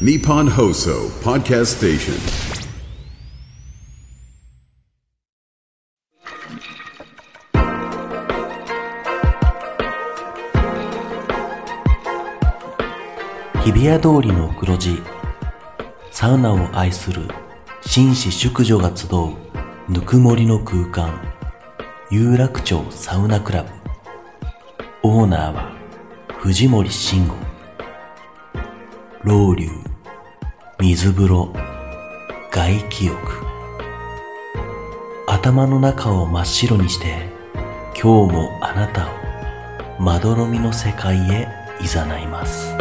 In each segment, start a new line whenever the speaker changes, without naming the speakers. Nippon Hoso Podcast Station.
日比谷通りの黒字サウナを愛する紳士淑女が集うぬくもりの空間有楽町サウナクラブオーナーは藤森慎吾老流水風呂外気浴頭の中を真っ白にして今日もあなたをまどろみの世界へ誘います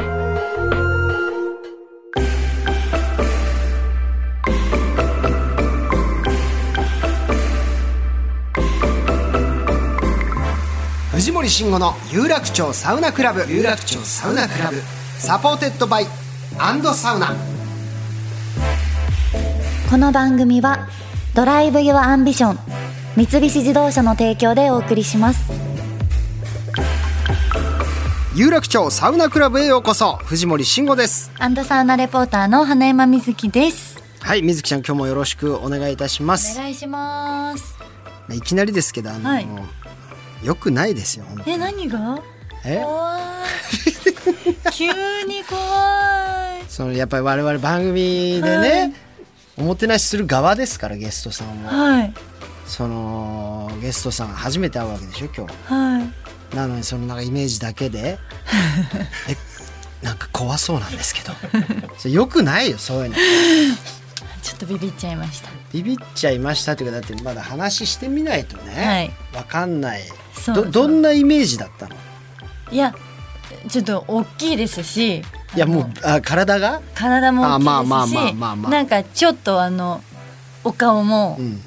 藤森慎吾の有楽町サウナクラブ有楽町サウナクラブサポーテッドバイアンドサウナ
この番組はドライブ・ユア・アンビション三菱自動車の提供でお送りします
有楽町サウナクラブへようこそ藤森慎吾です
アンドサウナレポーターの花山瑞希です
はい水木ちゃん今日もよろしくお願いいたします
お願いします
いきなりですけどあの、
はい
よくないですよ本当に
え何が
え
怖い 急に怖い
そのやっぱり我々番組でね、
はい
おもてなしする側ですからゲストさんも
はい
そのゲストさん初めて会うわけでしょ今日
はい
なのにそのなんかイメージだけで えなんか怖そうなんですけど それよくないよそういうの
ちょっとビビっちゃいました
ビビっちゃいましたっていうかだってまだ話してみないとね、わかんない
そうそ
ど
う
どんなイメージだったの
いやちょっと大きいですし
いやもう
あの
あ体が、
体も
あまあまあ
大きい
ま
で
あまあますあ
しなんかちょっとあのお顔も、
うん、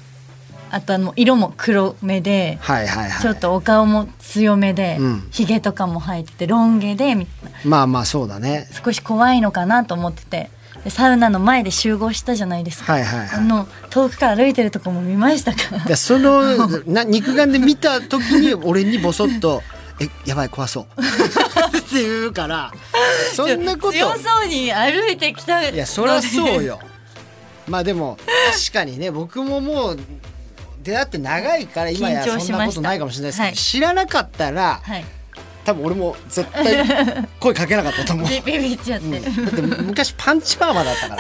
あとあの色も黒目で、
はいはいはい
ちょっとお顔も強めで
うん
ひげ、髭とかも入ってロン毛でみたいな
まあまあそうだね
少し怖いのかなと思っててでサウナの前で集合したじゃないですか、
はいはい
あ
はい
の遠くから歩いてるとこも見ましたか
でそのな肉眼で見た時に俺にボソッと「えやばい怖 そう」って言うからそんなこと
強そうに歩いてきた
いやそりゃそう
よ
よ まあでも確かにね僕ももう出会って長いから今や
緊張し
そんな
ま
こ
した
とないかもしれないですけど、
はい
知らなかったら
はい
多分俺も絶対声かけなかったと思う
ビビビっちゃって、
だって昔パンチパーマだったか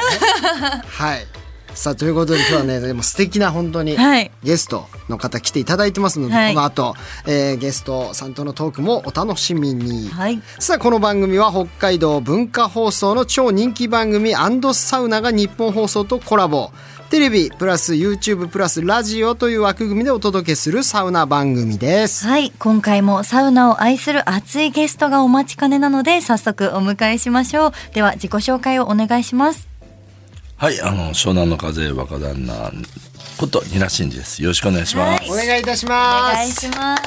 ら ねはいさあということで今日はねでも素敵な本当に
はい
ゲストの方来ていただいてますので、
はい
この後、えーゲストさんとのトークもお楽しみに、
はい
さあこの番組は北海道文化放送の超人気番組サウナが日本放送とコラボテレビプラス YouTube プラスラジオという枠組みでお届けするサウナ番組です
はい今回もサウナを愛する熱いゲストがお待ちかねなので早速お迎えしましょうでは自己紹介をお願いします
はい、あの、湘南の風若旦那こと、ニラシンジです。よろしくお願いします。
お願いいたし
お
ま
願い
す
します。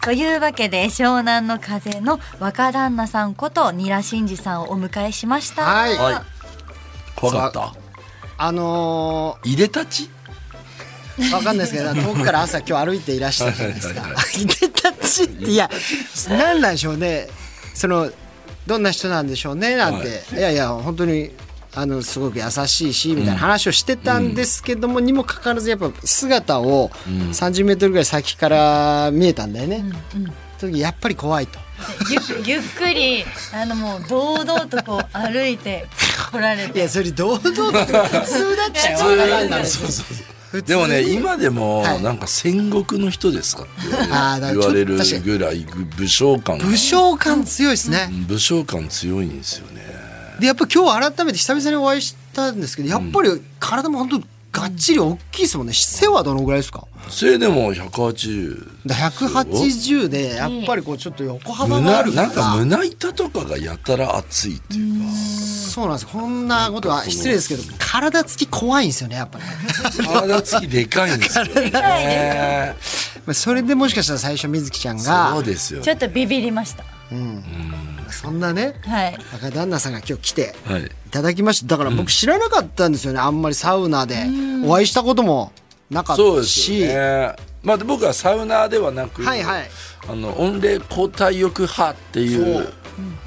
というわけで湘南の風の若旦那さんことニラ真二さんをお迎えしました。
はい
はい。怖かった。
あの
入れたち
ー、わかんないですけ ど遠くから朝今日歩いていらしたじゃないですかいでたちっていや何なんでしょうねそのどんな人なんでしょうねなんて、い、やいや本当にあのすごく優しいしみたいな話をしてたんですけども、にもかかわらずやっぱ姿を3 0ルぐらい先から見えたんだよね、時やっぱり怖いと
ゆゆっくりあのもう堂々とこう歩いて来られ
い
て。
やそれ堂々と 普通だったよそうなんだ
そうそうそう
普通
でもね、今でも、
はい
なんか戦国の人ですかって言
あ
わ
ーだ
れる
から
言われる
ちょっと確か
ぐらい武将感が
武将感強いですね、
武将感強いんですよね。
でやっぱ今日改めて久々にお会いしたんですけどやっぱり体も本当がっちり大きいですもんね背はどのぐらいですか
それでも180。
だから180でやっぱりこうちょっと横幅があ
胸、
るか
なんから胸板とかがやたら熱いっていうか。
そうなんですこんなことは失礼ですけど体つき怖いんですよねやっぱ り、
体つきでかい んですよね。
まあそれでもしかしたら最初水木ちゃんが
そうですよ
ち。ょっとビビりました。
そんなね
はい。
若旦那さんが今日来て
はい。
いただきましただから僕知らなかったんですよねあんまりサウナでお会いしたこともなかっ
そう
た
です
し、
よね。まあ、で僕はサウナーではなく、
はいはい
あの温冷交代浴派ってい
そうう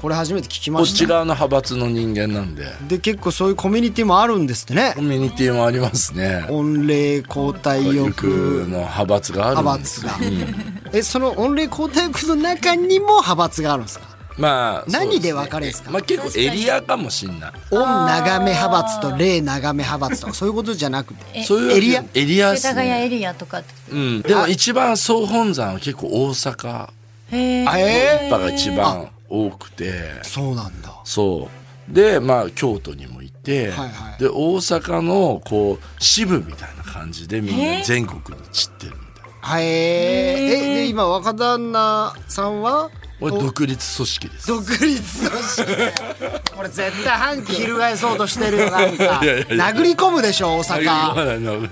これ初めて聞き
こ
ま
っち
した
側の派閥の人間なんで
で結構そういうコミュニティもあるんですってね
コミュニティもありますね
御礼交代
よ
欲
くの派閥がある
派
んです
閥
よ
が、えその御礼交代欲の中にも派閥があるんですか
まあ
何
そうす
で
ね
分かれるんですか
まあ結構エリアかもしんない
御長め派閥と霊長め派閥とかそういうことじゃなくて
そういう
エリア
エリアで
世田
す
谷
ね
エリアとかって
うんでも一番総本山は結構大阪
へー
あ
え
一派が一番多くて
そうなんだ
そうでまあ京都にもいて、
はいはい
で大阪のこう支部みたいな感じでみんな全国に散ってるみたいな
はいえで今若旦那さんは
これ独立組織です
独立組織だよこれ絶対反旗翻そうとしてるよなんか
いやいやいや
殴り込むでしょ大
あ
阪
あの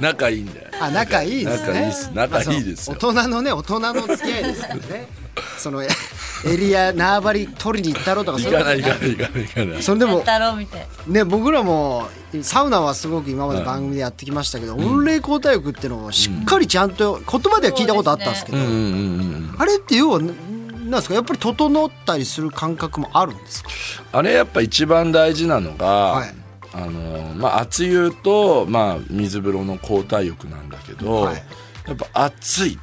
仲いいんだよ
あ仲いいですね
仲いいっす仲いいですよ
まあそう大人のね大人の付き合いですからねそのえエリア縄張り取りに行ったろとかそ
行
ういう
か
こと
ない行かない行かない行かない
それで
や
も
ったろうみたいな
ね僕らもサウナはすごく今まで番組でやってきましたけど、温冷交代浴っていうのをしっかりちゃんと言葉では聞いたことあったんですけど、
うんうんうんうん
あれって要はななんですかやっぱり整ったりする感覚もあるんですか
あれやっぱ一番大事なのが、
い
あのまあ、熱湯と、まあ、水風呂の交代浴なんだけど、
はい
やっぱ熱い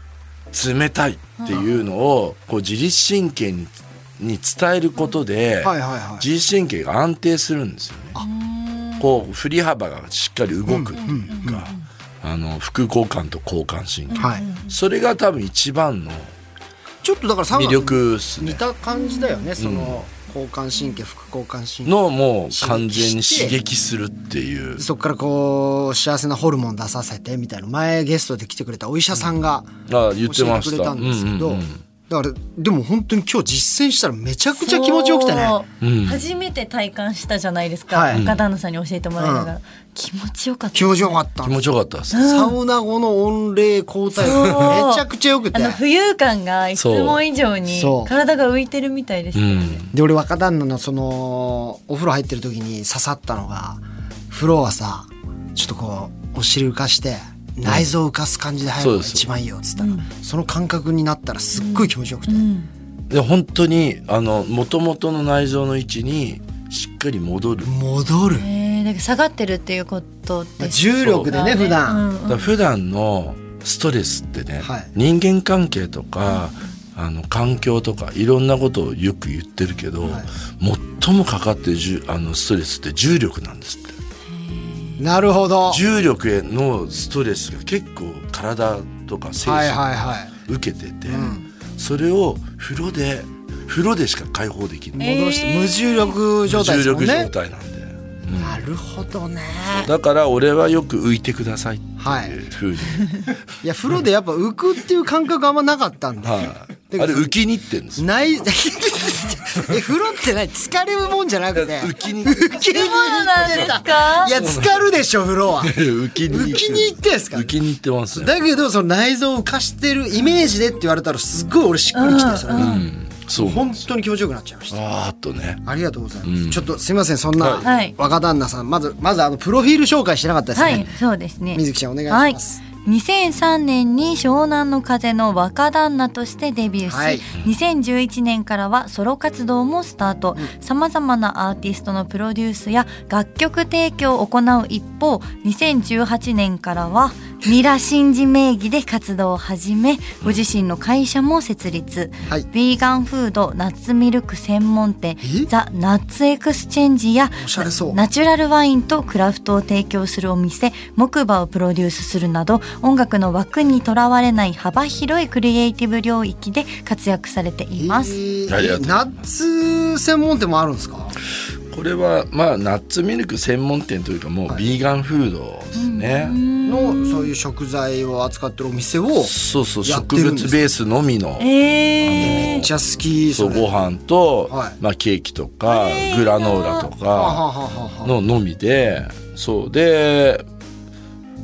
冷たいっていうのを、こう自律神経にに伝えることで、
はいはいはい
自律神経が安定するんですよね。こう振り幅がしっかり動くっていうか、あの副交感と交感神経、
はい
それが多分一番の
ちょっとだからサウナ
魅力っす
似
ね。
た感じだよね、その交感神経副交感神経
のもう完全に刺激するっていう
そっからこう幸せなホルモン出させてみたいな前ゲストで来てくれたお医者さんが
ああ
教え
言ってま
て
し
く
た
れたんですけど、
うんうんうん
だからでも本当に今日実践したらめちゃくちゃ気持ちよくてね
そう初めて体感したじゃないですか、
はい
若旦那さんに教えてもらいながら、気持ちよかった
気持ちよかった
気持ちよかったです。
サウナ後の温冷交代
そう
めちゃくちゃよくて
あの浮遊感がいつも以上に
そう
体が浮いてるみたいですけどね
で俺若旦那のそのお風呂入ってる時に刺さったのが風呂はさちょっとこうお尻浮かして内臓浮かす感じで入るのが
そうです
一番いいよっつったら、その感覚になったらすっごい気持ちよくて、
で本当にあの元々の内臓の位置にしっかり戻る。
戻る、
えー、だから下がってるっていうことです
重力でね
そう
普段、
だから普段のストレスってね、
はい
人間関係とか、あの環境とかいろんなことをよく言ってるけど、最もかかってるじゅあのストレスって重力なんですって。
なるほどはい
重力へのストレスが結構体とか精神、
はいはい
受けてて、それを風呂で風呂でしか解放できない。
戻して無重力状態ですも
重
ん
力
ね
状態なんで。
なるほどね
だから俺はよく浮いてくださいっていうふ うに、
いや風呂でやっぱ浮くっていう感覚あんまなかったんで、
はいあれ浮きに行ってんですよ
ない え風呂ってない疲れるもんじゃなくて
浮き に
浮きに
そうなんですか
いや浸かるでしょ風呂は
浮きに
浮きに行ってんすか
浮きに行ってますね
だけどその内臓を浮かしてるイメージでって言われたらすっごい俺しっくりきてそれが
そう
本当に気持ちよくなっちゃいました
あーっとね
ありがとうございますちょっとすいませんそんな
はい
若旦那さんまずまずあのプロフィール紹介してなかったです
はい
ね、
そうですね。
水木ちゃんお願いします
はい2003年に湘南の風の若旦那としてデビューし、
はい
2011年からはソロ活動もスタートさまざまなアーティストのプロデュースや楽曲提供を行う一方2018年からはミラ真司名義で活動を始めご自身の会社も設立、
はい
ビーガンフードナッツミルク専門店
え
ザ・ナッツエクスチェンジや
おしゃれそう
ナチュラルワインとクラフトを提供するお店木馬をプロデュースするなど音楽の枠にとらわれない幅広いクリエイティブ領域で活躍されています、
え
ありがとうございます
ーナッツ専門店もあるんですか
これはまあナッツミルク専門店というかもうビーガンフードですね、
のそういう食材を扱ってるお店を
そうそう
や
植
ってるんです
物ベースのみの、
え
めっちゃ好き
そ
そうれ
ご
は
飯と、
はい
まあ、ケーキとか、グラノーラ
あは
とか
あはあはあ
ののみでそうで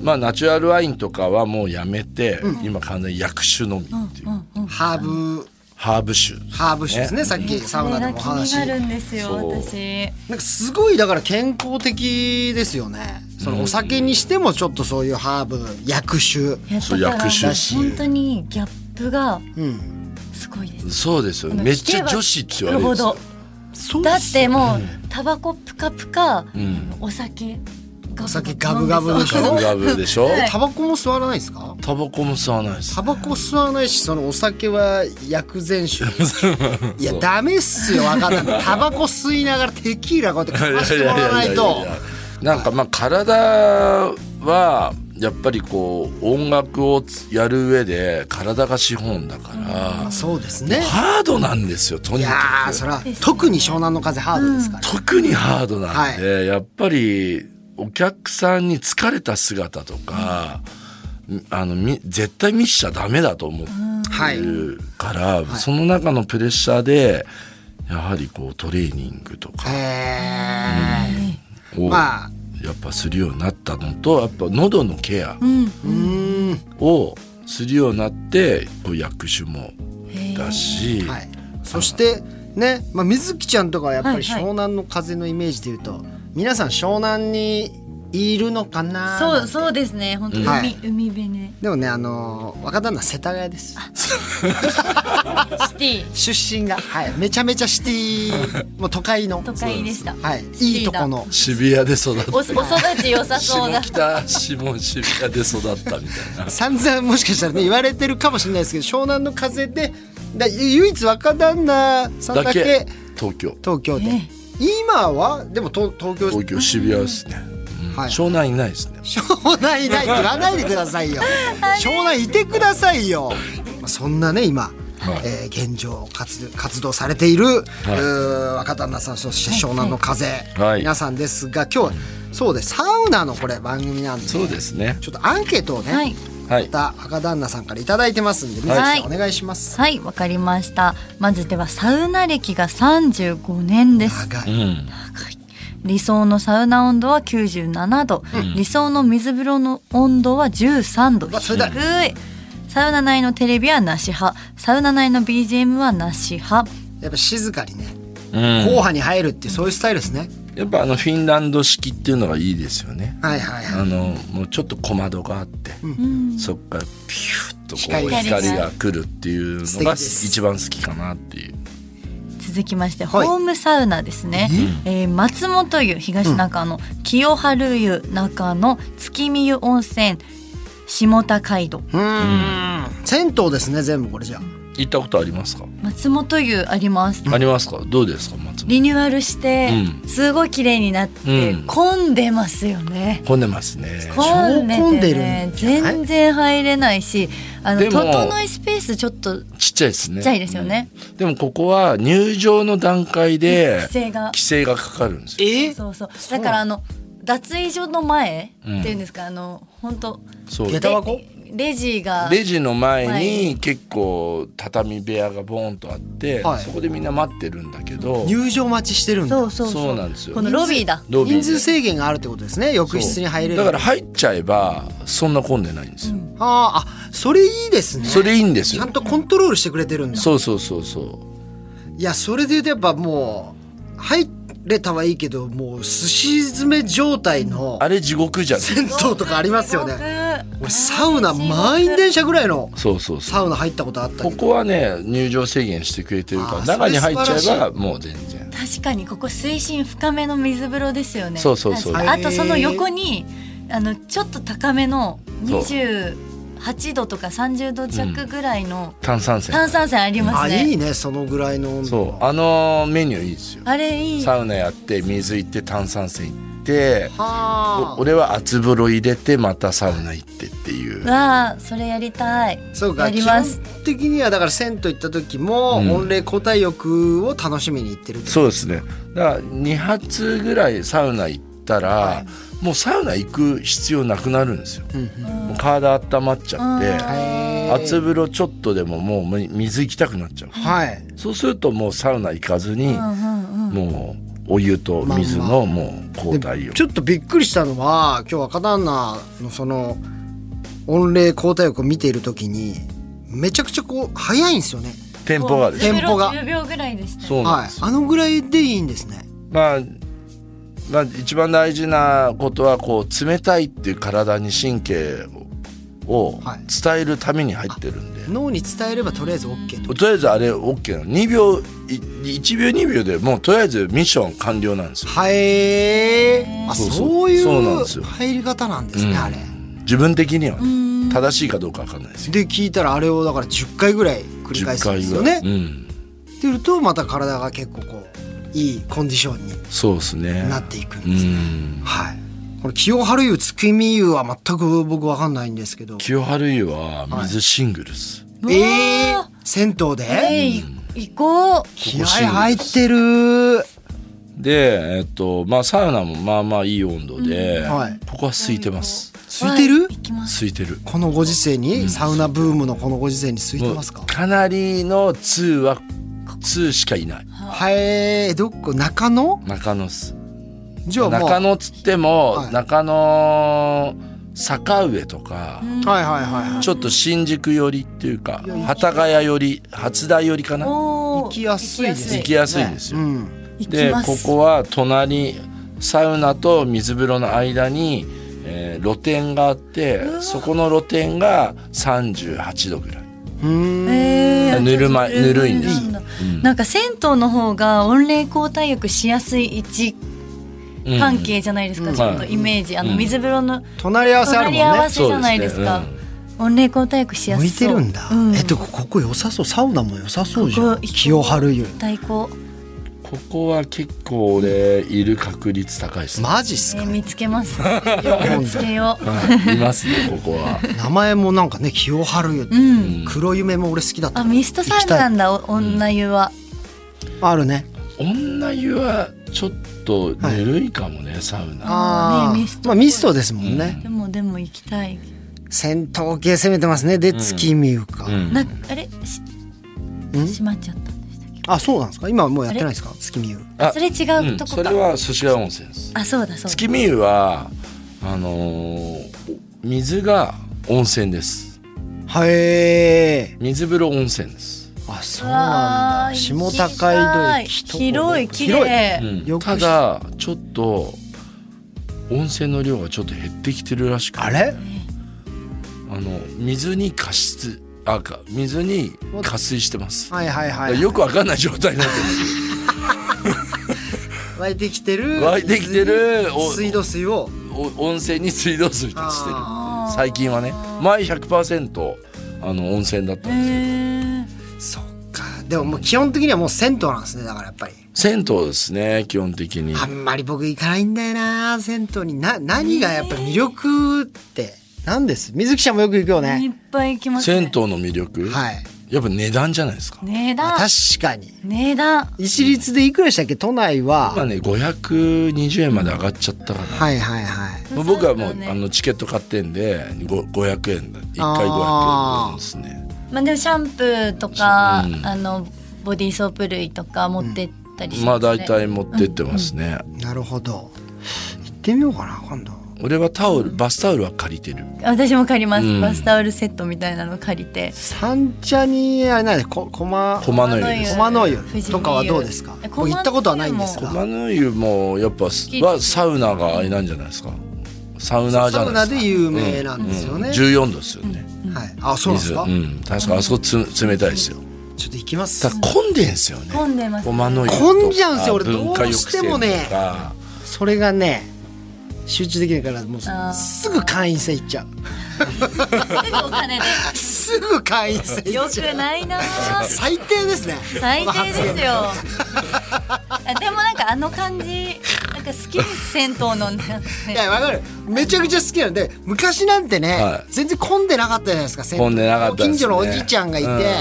まあナチュラルワインとかはもうやめて、今完全に薬酒のみっていう、
ハーブ
ハーブ酒
ハーブ酒ですねさっきサウ
こ
ナ
れ
でも
が
お
気
話
になるんですよ
そう
私
なんかすごいだから健康的ですよね。そのお酒にしてもちょっとそういうハーブ薬酒。
やっ
そう
たから
薬種
本当にギャップが
うん。
すごいです
そうですよねめっちゃ女子って言われるん
ほ
ですよ
どだってもうタバコプカプカ、お酒お
酒ガブガブでしょ
ガブガブでしょ、
はい
タバコも吸わないですか
タバコも吸わないです
タバコ吸わないしそのお酒は薬膳 酒いやダメっすよ分かったタバコ吸いながらテキーラこうやってかましてもらわないと
なんかまあ体はやっぱりこう音楽をやる上で体が資本だから、
そうですね
ハードなんですよと
い
に
や
か
ー
く
それは特に湘南の風ハードですから、
特にハードなんで、やっぱりお客さんに疲れた姿とか、あのみ絶対見しちゃダメだと思う
はい
から、その中のプレッシャーでやはりこうトレーニングとか
え
を
ー、まあ
やっぱするようになったのとやっぱ喉のケアをするようになってこう薬種もだし、
はい、そしてね、まあ、水木ちゃんとかはやっぱり
はいはい
湘南の風のイメージでいうと、皆さん湘南にいるのかな
そうそうですね本当に海,、
はい
海辺ね
でもねあのー若旦那世田谷です
シティ
出身が、はい、めちゃめちゃシティもう都会の
都会でした
はい、
シテ
いい
ィ
と
だ
この
渋谷で育っ
おお育ち良さ
た
そうだ
下北下渋谷で育ったみたいな
散々もしかしたらね言われてるかもしれないですけど湘南の風でだ唯一若旦那さんだ
だ
け
け東京
東京で、今はでも東東京
東京渋谷ですね、うん
はい
湘南いないですね
湘南いないって言わないでくださいよ湘南いてくださいよ、まあ、そんなね今、えー現状活活動されている、うー若旦那さんそして湘南の風、
はい
皆さんですが今日はそうですサウナのこれ番組なんで
そうですね
ちょっとアンケートをね、
はい
はい
また若旦那さんから頂いただいてますんで水木
は
さ
い
んお願いします、
はいわかりましたまずではサウナ歴が35年です
長
う
い
ん
理想のサウナ温度は97度、理想の水風呂の温度は13度
うわそれだ
低いサウナ内のテレビはなし派サウナ内の BGM はなし派
やっぱ静かにね
うん
後半に入るっていうそういうスタイルですね、
やっぱあのフィンランド式っていうのがいいですよね
はいはいはい
あのもうちょっと小窓があって、そっからピュッとこう
光が
光が来るっていう
素
の
敵
が
です
一番好きかなっていう
続きまして、
はい
ホームサウナですね、えー松本湯東中野、清春湯中野月見湯温泉下高井戸
うーん銭湯ですね全部これじゃあ
行ったことありますか、
松本湯あります
ありますかどうですか松本
リニューアルして、すごい綺麗になって、
うん
混んでますよね
混んでますね
混んでてね
混んでるんじゃない
全然入れないしあの
でも
整いスペースちょっと
ちっちゃいですね
ちっちゃいですよね
うんでもここは入場の段階で
規制が
規制がかかるんですよ
え
そうそうだからあの脱衣所の前っていうんですか、あの本当
そう
下駄箱
レジが
レジの前
は
に結構畳部屋がボーンとあって、
はい
そこでみんな待ってるんだけど
入場待ちしてるんだ
そうそうそう
そうなんですよ
このロビーだ
ロビーで
人数制限があるってことですね浴室に入れる
だから入っちゃえばそんな混んでないんですよ、
あーあそれいいですね
それいいんです
ち
よ
ゃんとコントロールしてくれてるんだ
そうそうそうそう
いやそれで言うとやっぱもう入れたはいいけどもうすし詰め状態の
あれ地獄じゃん
銭湯とかありますよね
ね
俺サウナ満員電車ぐらいの
そうそうそう
サウナ入ったことあった
こ
けど
こはね入場制限してくれてる
あ
から
ー
中に入っ
それ素
ちゃ
晴ら
えばもう全然
確かにここ水深深めの水風呂ですよね
そうそうそう
確かにあとその横にあのちょっと高めの28度とか30度弱ぐらいの
炭酸泉
炭酸泉ありま
あ
すね、
いいねそのぐらいの温度
そうあのメニューいいですよ
あれいい
サウナやって水行って炭酸泉行って
は
お俺は厚風呂入れてまたサウナ行ってっていう
わあそれやりたい
あそう
や
か
り
基
ま
本
す
的にはだから銭湯行った時も
ん
温冷交代浴を楽しみに行ってる
そうですねだから2発ぐらいサウナ行ったら、もうサウナ行く必要なくなるんですよ、もう体温まっちゃって厚風呂ちょっとでももうみ水行きたくなっちゃう
はい
そうするともうサウナ行かずに、もうお湯と水のもう交代を、
ちょっとびっくりしたのは今日若旦那のその御礼交代浴を見ている時にめちゃくちゃこう早いんですよね
テンポがです
テンポが
10秒ぐらいでした
そうなん
は
で
い
す、
あのぐらいでいいんですね
まあまあ、一番大事なことはこう冷たいっていう体に神経を
はい
伝えるために入ってるんで、
脳に伝えればとりあえず OK と
とりあえずあれ OK なの2秒い1秒2秒でもうとりあえずミッション完了なんですよ
はいあ
そうそう
そうい
そうなん
う
ですよ
入り方なんですねあれ
自分的にはね正しいかどうか分かんないですよ
で聞いたらあれをだから10回ぐらい繰り返
10
すんで
回
す
ぐ
よ
らい、
ね
うん、
っていうとまた体が結構こういいコンディションに
そうですね
なっていくん
う
ですね
ん
はいこの清春湯月見湯は全く僕わかんないんですけど
清春湯は水シングルス、
うわ
えー、銭湯で、
えい行こう
気合入ってる
でえっとまあサウナもまあまあいい温度で、
んはい
ここは空いてます
空いてる
はい行きます
空いてる
このご時世に、サウナブームのこのご時世に空いてますか
もうかなりの2は2しかいない
はい、えー、どこ中野
中野っす
じゃあもう
中野っつっても、
はい
中野坂上と
は
か、
いはいはいはい
ちょっと新宿寄りっていうか幡ヶ谷寄り初台寄りかな
おー
行きやすいです
行きやすいんです
う
よ。
ん
行き
で
ます
ここは隣サウナと水風呂の間に、えー露店があってそこの露店が38度ぐらい。
うん
えー
ぬるまぬるいんです
ぬるいんだなんか銭湯の方が温冷交代浴しやすい位置
うん
関係じゃないですか、
ん
ちょっとイメージ、あの水風呂の
隣り合わせあるもん
隣り合わ
ね
せじゃないですか
そうで
温冷交代浴しや
向
す
いて
そう
るんだ、
うん、
えっとここ良さそうサウナも良さそうじゃ
こ
ん
こ
清春湯
対抗、
ここは結構俺いる確率高いですね。
マジっす
え
か、
ー、見つけます見つけよう
はいいますねここは。
名前もなんかね清春湯、
うん
黒夢も俺好きだった
あミストサウナなんだお女湯は、
あるね
女湯はちょっとぬるいかもね、サウナ。
あ
あー
あ、
ねミスト
まあミストですもんね、
でもでも行きたい
戦闘系攻めてますねで月見湯か、
うん
なあれし
ん
閉まっちゃったんでしたっけ
あそうなんですか今はもうやってないですか月見湯
あ
それ違うとこ
そ
か、
れは寿司屋温泉です。
あそうだそうだ
月見湯はあのー水が温泉です
はいえ
水風呂温泉です、
あそうなんだ下高井戸駅と
広い綺麗、
よく
ただちょっと温泉の量がちょっと減ってきてるらしく
あれ
あの水に加湿あか水に加水してます、
はいはいは
だから
い
よくわかんない状態になって
湧いてきてる
湧いてきてる
水に水道水を
るお温泉に水道水足してる最近はね前100%あの温泉だったんですよ
へー
そっかでももう基本的にはもう銭湯なんですねだからやっぱり
銭湯ですね基本的に
あんまり僕行かないんだよな銭湯にな何がやっぱ魅力って何です水木ちゃんもよく行くよ
い
ね
っぱい行きますね
銭湯の魅力、
はい
やっぱ値段じゃないですか
値段
確かに
値段
一律でいくらでしたっけ都内
今
は
ね520円まで上がっちゃったかな、
はいはいはい
まあ僕はも
そううだね
あのチケット買ってんでご500円だ1回500
あー
円ですね
まあでもシャンプーとか、あのボディーソープ類とか持ってったりし
ま
ま
あ
すね、
大体持ってってますね、
なるほど行ってみようかな今度
俺はタオルバスタオルは借りてる
私も借ります、
うん
バスタオルセットみたいなの借りて
三茶にあれなんでこ駒
駒の湯です
駒の湯
富士見湯
とかはどうですか
え
僕行ったことはないんです
駒
が
駒の湯もやっぱ
き
はサウナがあれなんじゃないですかサウナーじ
サウ
ゃ
ナ
ないで
です
か
有名なんですよね、
14度ですよね、
はい、あそうなんです
水
か、
うん確かあそこつ冷たいですよ
ちょっと行きます
ただ混んでんすよね
混んでます
駒の湯とか
混んじゃうんすよ俺
文化
どうしてもね
浴船とか
それがね集中できないからもうすぐ会員制行っちゃ
すぐお金で
うすぐ会員制行
よ
っち
く
ゃう
ない なあ
最低ですね
最低ですよあでもなんかあの感じなんか好きです銭湯のなんか
い
ね
やわかるめちゃくちゃ好きなんで昔なんてね、
は
全然混んでなかったじゃないですか銭湯
混んでなかったですね
近所のおじいちゃんがいて、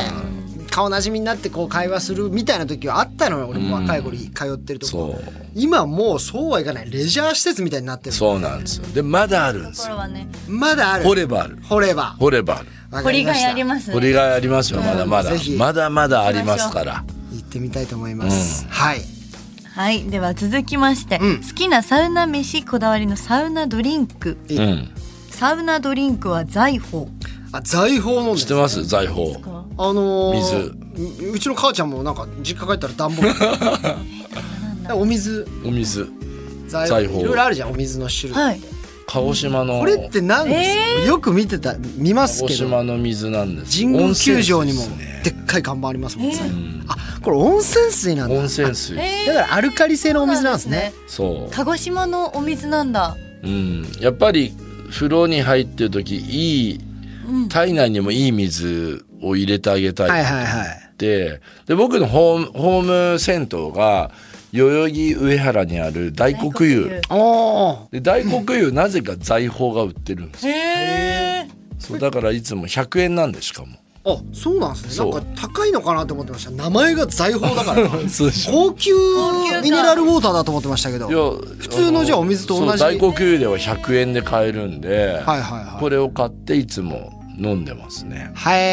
顔なじみになってこう会話するみたいな時はあったのよ俺も若い頃に通ってるとこ、
そう
今もうそうはいかないレジャー施設みたいになってる
そうなんですよでまだあるんで
と
す
ころ
よ
はね
まだある
掘ればある
掘れば
掘ればある
わか
掘り
り
が
ま
い
した
あります
掘りがいありますよまだまだ
ぜひ
まだまだありますから
行ってみたいと思います、はい
はいでは続きまして、
うん
好きなサウナ飯こだわりのサウナドリンク
うん
サウナドリンクは財宝
あ財宝飲ん
知っ
で
て
る
ます財宝
あのー、ううちの母ちゃんもなんか実家帰ったら段ボールお水
お水
財
財
宝
宝
いろいろあるじゃんお水の種類、
はい
鹿児島の
これって何ですか、よく見てた見ます
鹿
け
児
ど
島の水なんです
神宮球場にも
温泉水
で
ですね
っかい看板ありますもんね、あこれ温泉水なんだ
温泉水
だからアルカリ性のお水なんですね
そう
鹿児島のお水なんだ。
うん、やっぱり風呂に入ってる時いい、体内にもいい水を入れてあげたい
はい
と
はい
思
は
って、で僕のホームホーム銭湯が代々木上原にある大黒湯
いお
で大黒湯なぜか財宝が売ってるんですよ
へえ。
そうだからいつも100円なんでしかも
おあそうなんですね
そう
なんか高いのかなと思ってました名前が財宝だから
そうでしょ
高級
級だ
ミネラルウォーターだと思ってましたけど
い
はい
や
普通のじゃあお水と同じ
そう大黒湯では100円で買えるんで、
はいはい
これを買っていつも飲んでますね
は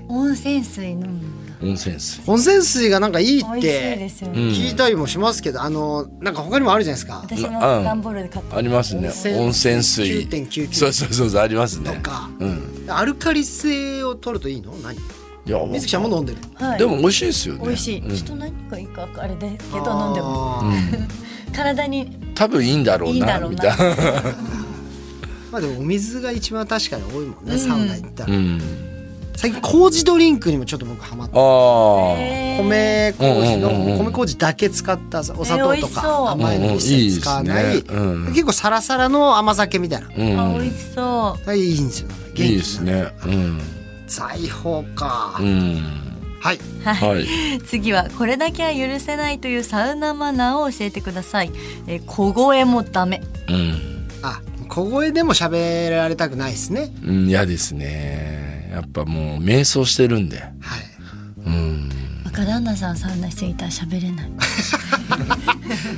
い
温泉水飲んだ。
温泉水
温泉水がなんかいいっ
美味しいで
て
すよ
う
ね。
ん
聞いたりもしますけど、あのなんか他にもあるじゃないですか
私も
うん
段ボールで買った。
ありますね温泉水
9.99
そうそうそうそうありますね
とか
うん
アルカリ性を取るといいの何
いや
水木ちゃんも飲んでる
はい。
でも美味しいですよね
美味しい。
うん
ちょっと何かいいかあれですけど飲んでも
あー
体に
多分いいんだろ
いういんだ
な
ろう
み
な。
たいな
まあでもお水が一番確かに多いもんね、サウナ行った
う
ら、
ん
最近麹ドリンクにもちょっと僕ハマって
あー
米麹の
うんうんうんうん
米麹だけ使ったお砂糖
えー美
と
味しそう
か甘いの一切使わな
うんうんい
い
いですねうん
結構サラサラの甘酒みたいな
うん
あ美味しそ
あいいんですよだから元気
いい
に
ですねうん
財宝か、
うん
はい、
はい、
次はこれだけは許せないというサウナマナーを教えてください、えー、小声もダメ
うん
あ小声でも喋られたくないですね
うん嫌ですねやっぱもう瞑想してるんで
はい
うん
若旦那さんサウナしていたら喋れない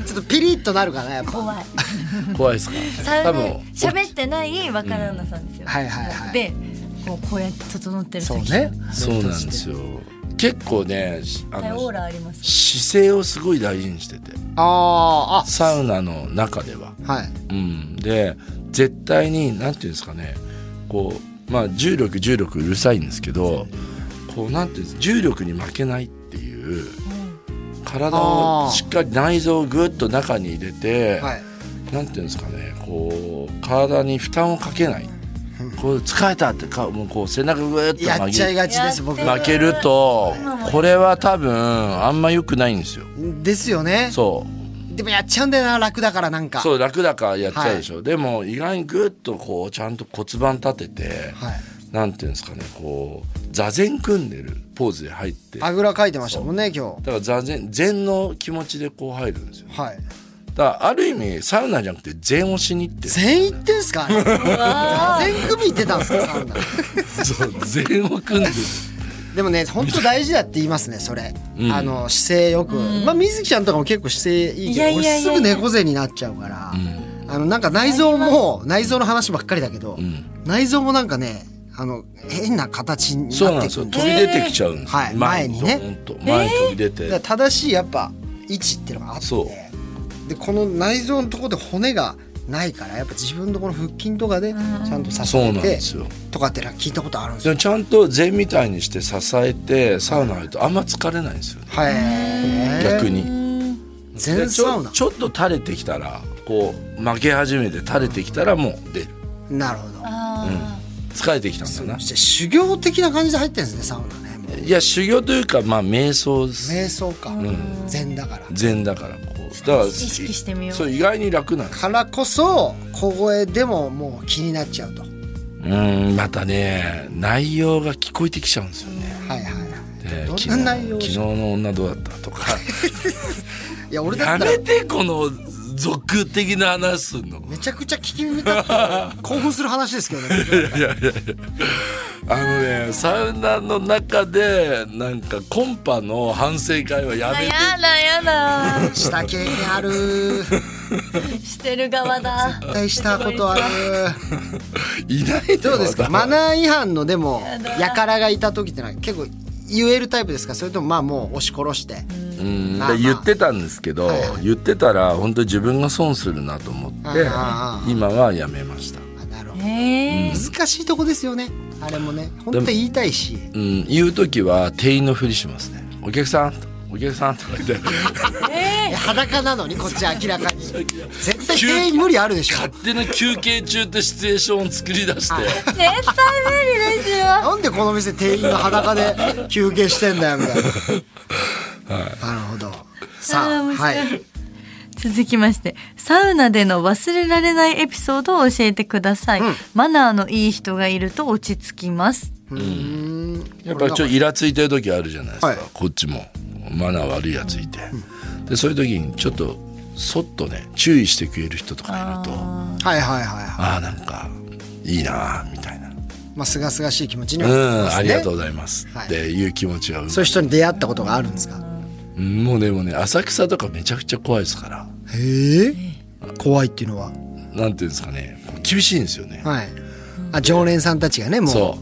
ちょっとピリッとなるかなやっぱ
怖い
怖いですか
サウ
多
ナ
分
喋ってない若旦那さんですよ、
はいはいはい
でこうこうやって整ってる
そう
時
ね
そうなんですよ結構ねあ
絶対オー
の
ラあります
姿勢をすごい大事にしてて
あー
サウナの中では
あはい
うん、で絶対に何て言うんですかねこうまあ重力重力うるさいんですけどこうなんていうんです重力に負けないっていう体
あ
を
ー
しっかり内臓をぐっと中に入れて
はい
何て言うんですかねこう体に負担をかけないこう疲れたってかもうこう背中ぐーっと
やっちゃい
曲
がちです僕
げ負けるとこれは多分あんま良くないんですよ。
ですよね
そう
でもやっちゃうんだよな楽だからなんか
そう楽だからやっちゃうでしょ、でも意外にグッとこうちゃんと骨盤立てて、
はい
なんていうんですかねこう座禅組んでるポーズで入ってだ
あ
か
ぐらかいてましたもんね今
ら座禅禅の気持ちでこう入るんですよ
日はい
だからある意味サウナじゃなくて禅をしに行ってる
全員行ってんすか全組行ってたんす かサウナ
そう禅を組んでる
でもね本当大事だって言いますねそれ、
うん
あの姿勢よく、まあ水木ちゃんとかも結構姿勢いいけど
いやいやいやいや
俺すぐ猫背になっちゃうから、あのなんか内臓も内臓の話ばっかりだけど、
ん
内臓もなんかねあの変な形に
そうな
なんっ
で
て
す
くる
よ
ん
飛び出てきちゃうんですよ、
はい前にね
ドーンと前に飛び出て、
だから正しいやっぱ位置っていうのがあって
そ
でこの内臓のところで骨がないからやっぱ自分のこの腹筋とかでちゃんと支
そうな
え
んで
て
すよ
とかってのは聞いたことあるんです
で
よ。
もちゃんと禅みたいにして支えてサウナ入るとあんま疲れないんですよね
はい、
逆に
全サウナ
でちょちょっと垂れてきたらこう負け始めて垂れてきたらもう出る
なるほど
あー
疲れてきたんだな
そして修行的な感じで入ってるんですねサウナねもう
いや修行というかまあ瞑想です
瞑想か、禅だから
禅だからこうだから意
識してみよう
そう意外に楽なんです
からこそ小声でももう気になっちゃうとは
うーんまたね内容が聞こえてきちゃうんですよね、
いはいはい
で
ど
昨
ん
日
な内容
昨日の女どうだったとか
いや俺だ
や
ったら
めてこの俗的な話すんの
めちゃくちゃ聞き耳立って興奮する話ですけどね
あのねサウナの中でなんかコンパの反省会はや
あ
めて
やだや だ
した経験ある絶
してる側だ
対したことある
いな い
どうですかマ
ー
ナー違反のでもやからがいた時ってのは結構言えるタイプですかそれともまあもう押し殺して
うん
まあまあ
で言ってたんですけど、
はいはい
言ってたら本当自分が損するなと思って
ああああ
今はやめました、
あなるほど
えー
難しいとこですよねあれもね本当言いたいし
うん、言う時は店員のふりしますねお客さんお客さんとか言って
いや裸なのにこっち明らかに絶対れ全員無理あるでしょ
勝手な休憩中ってシチュエーションを作り出し
絶
て
対無理ですよ
なんでこの店店員が裸で 休憩してんだよみたいな、なるほどさあ
ー面白
はいい
続きましてサウナでの忘れられないエピソードを教えてください、マナーのいい人がいると落ち着きます
やっぱりちょっとイラついてる時あるじゃないですか、
はい
こっちもマナー悪いやついて、でそういう時にちょっとそっとね注意してくれる人とかいるとあ
はいはいはいは
あーなんかいいなーみたいな「
いまあすがすがしい気持ちに
う
はなり
ん
ます
あり
ね
がとうございます」
はい
っていう気持ちが生まれる
そういう人に出会ったことがあるんですか
うんもうでもね浅草とかめちゃくちゃ怖いですから
へえ怖いっていうのは
なんていうんですかね厳しいんですよね、
はいあ常連さんたちがねもう
そ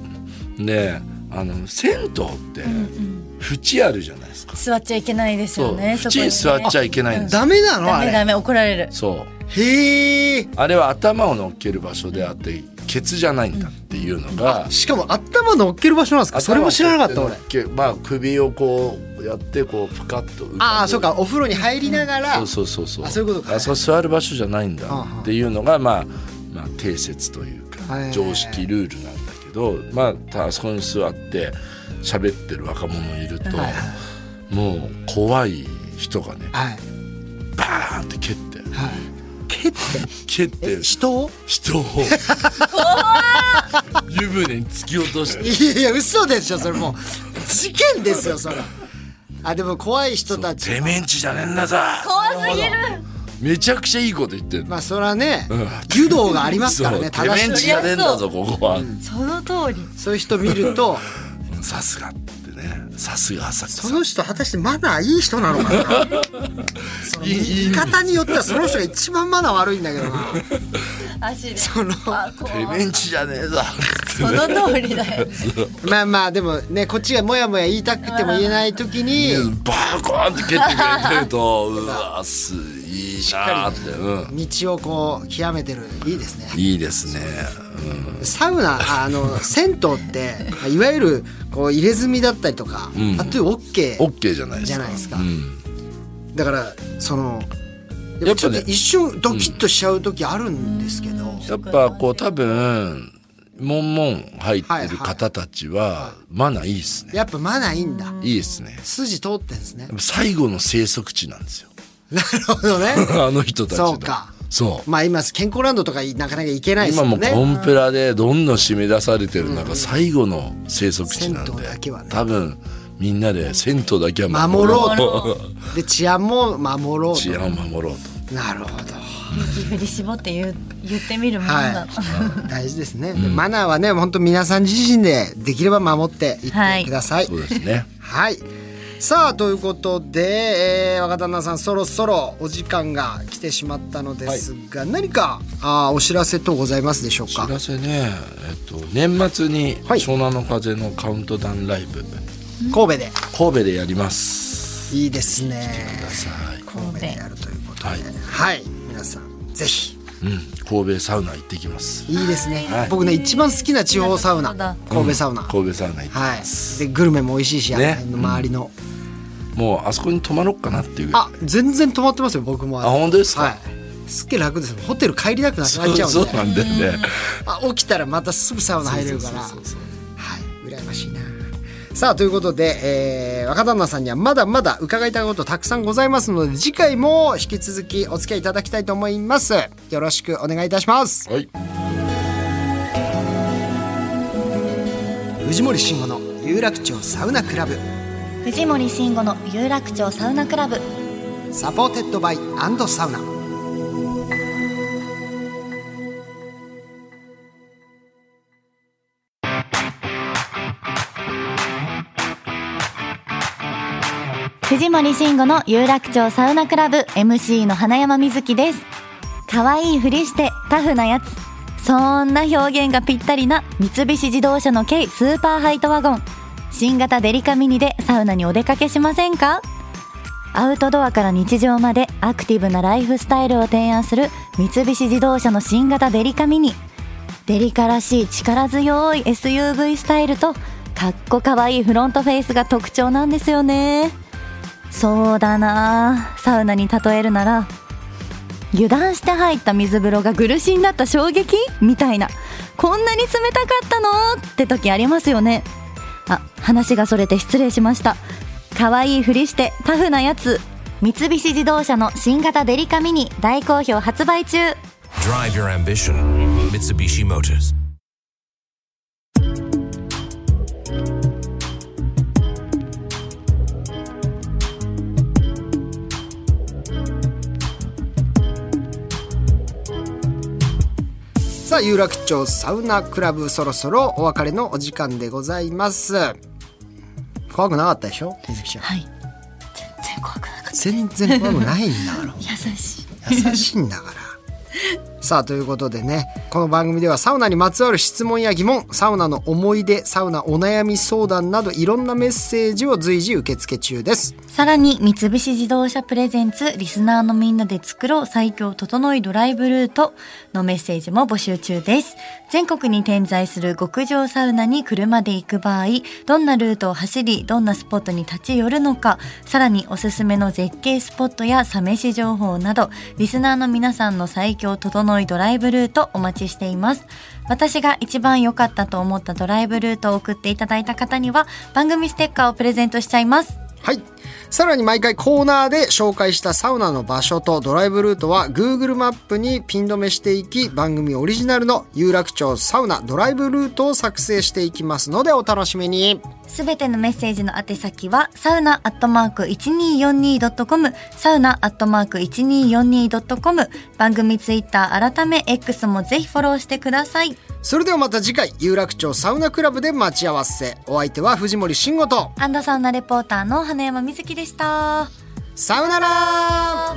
うであの銭湯って縁あるじゃないですか、
座っちゃいけないです
そ
よ
う
ねそこ
縁
に
に座っちゃ
い
いけないんですよ
ダメなの
ダ
あ
メ
れ
ダメ怒られる
そう
へえ
あれは頭を乗っける場所であってケツじゃないんだっていうのが、
しかも頭乗っける場所なんですかそれも知らなかった俺
頭を乗けまあ首をこうやってこうプカッと浮かぶ
ああそうかお風呂に入りながら
そうそうそうそう
あそういうことか
あそこ座る場所じゃないんだ
はあはあ
っていうのがまあ、まあ、定説というか、
はい
常識ルールなんだけどまあたあそこに座って喋ってる若者いると、もう怖い人がね
はい
バーンって蹴って
蹴って
蹴って
え人を
人を湯船に突き落として
いやいや嘘でしょそれもう 事件ですよそれあでも怖い人たち
てめえんちじゃねえんだぞ
怖すぎる
めちゃくちゃいいこと言ってる、
まあそれはね
うん
湯道がありますからね
そうてめえ
正
ん
し
ち
い
じゃねえんだぞここは、
その通り
そういう人見る と
さすがってねさすが浅
そ
草
の人果たしてマナーいい人なのかなその言い方によってはその人が一番マナー悪いんだけどな
足で
その
あこ
てめえんちじゃねえぞって
その通りだ よ
まあまあでもねこっちがモヤモヤ言いたくても言えない時に
バーコーンって蹴ってくれてる とうわすいいなーって、うん、
道をこう極めてるいいですね
いいですね、
サウナあの銭湯ってまあいわゆるこう入れ墨だったりとか、
ん
タトゥー OK
うん、オッケーじゃないです
じゃ
か
ないですか、
うん、
だからその
や
や
っぱね
っぱちょっと一瞬ドキッとしちゃう時あるんですけど、
やっぱこう多分もんもん入ってる方たちはマナーいいですね
やっぱマナーいいんだ
いいですね
筋通ってんですね
最後の生息地なんですよ
なるほどね
あの人たちの
そうか
そう
まあ今健康ランドとかなかなか行けないです
今
も
も
ん
う
ね
コンプラでどんどん締め出されてる中、最後の生息地なんで
銭湯だけはね
多分みんなで銭湯だけは
守
守ろ
ろう
う
と
と
で治安も守ろう
治
と
安を守ろうと
なるほど
勇気振り絞って言う言ってみるもんだ、
はい大事ですね、でマナーはね本当皆さん自身でできれば守っていってください
そうです ね
はい。さあということで、えー若旦那さんそろそろお時間が来てしまったのですが、何かあーお知らせ等ございますでしょう
知
から
せね、えっと、年末に
はい
湘南乃風のカウントダウンライブ、
神戸で
神戸でやります
いいですね
ください
神戸でやるということでは
はいい、
皆さんぜひ
うん、神戸サウナ行ってきます
いいですね、僕ね一番好きな地方サウ
そう
ナ
だ
神戸サウナ、
神戸サウナ行ってき
はい
ます、
でグルメも美味しいし、あ
ね
の辺の周りの、
もうあそこに泊まろうかなっていうぐらい
あ全然泊まってますよ僕も
あ本当ですか
はいすっげえ楽ですホテル帰りたくなく
そ
なっ
う
ちゃうんで
そうなんだよね
あ起きたらまたすぐサウナ入れるから
そうそうそうそう
はい羨ましいなさあということで、えー若旦那さんにはまだまだ伺いたいことたくさんございますので次回も引き続きお付き合いいただきたいと思いますよろしくお願いいたします
はい
藤森慎吾の有楽町サウナクラブ
藤森慎吾の有楽町サウナクラブ
サポーテッドバイサウナ
藤森慎吾の有楽町サウナクラブ MC の花山瑞希です可愛いふりしてタフなやつそんな表現がぴったりな三菱自動車の軽スーパーハイトワゴン新型デリカミニでサウナにお出かけしませんかアウトドアから日常までアクティブなライフスタイルを提案する三菱自動車の新型デリカミニデリカらしい力強い SUV スタイルとかっこかわいいフロントフェイスが特徴なんですよねそうだなあサウナに例えるなら油断して入った水風呂が苦しんだった衝撃みたいなこんなに冷たかったのって時ありますよねあ話がそれて失礼しました可愛いふりしてタフなやつ三菱自動車の新型デリカミニ大好評発売中
Drive your ambition. Mitsubishi Motors.
さあ有楽町サウナクラブそろそろお別れのお時間でございます怖くなかったでしょ水木ちゃん
はい全然怖くなかった
全然怖くないんだから
優しい
優しいんだから。さあということでねこの番組ではサウナにまつわる質問や疑問サウナの思い出サウナお悩み相談などいろんなメッセージを随時受付中です
さらに三菱自動車プレゼンツリスナーのみんなで作ろう最強整いドライブルートのメッセージも募集中です。全国に点在する極上サウナに車で行く場合、どんなルートを走り、どんなスポットに立ち寄るのか、さらにおすすめの絶景スポットやサメシ情報など、リスナーの皆さんの最強整いドライブルートお待ちしています。私が一番良かったと思ったドライブルートを送っていただいた方には番組ステッカーをプレゼントしちゃいます。
はいさらに毎回コーナーで紹介したサウナの場所とドライブルートは Google マップにピン止めしていき番組オリジナルの有楽町サウナドライブルートを作成していきますのでお楽しみに
すべてのメッセージの宛先は、サウナアットマーク 1242.com、サウナアットマーク 1242.com、番組ツイッター改め X もぜひフォローしてください。
それではまた次回有楽町サウナクラブで待ち合わせお相手は藤森慎吾と
アンダサウナレポーターの花山瑞希でした。
さよなら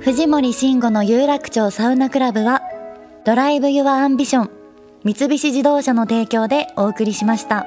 藤森慎吾の有楽町サウナクラブは、ドライブ・ユア・アンビション、三菱自動車の提供でお送りしました。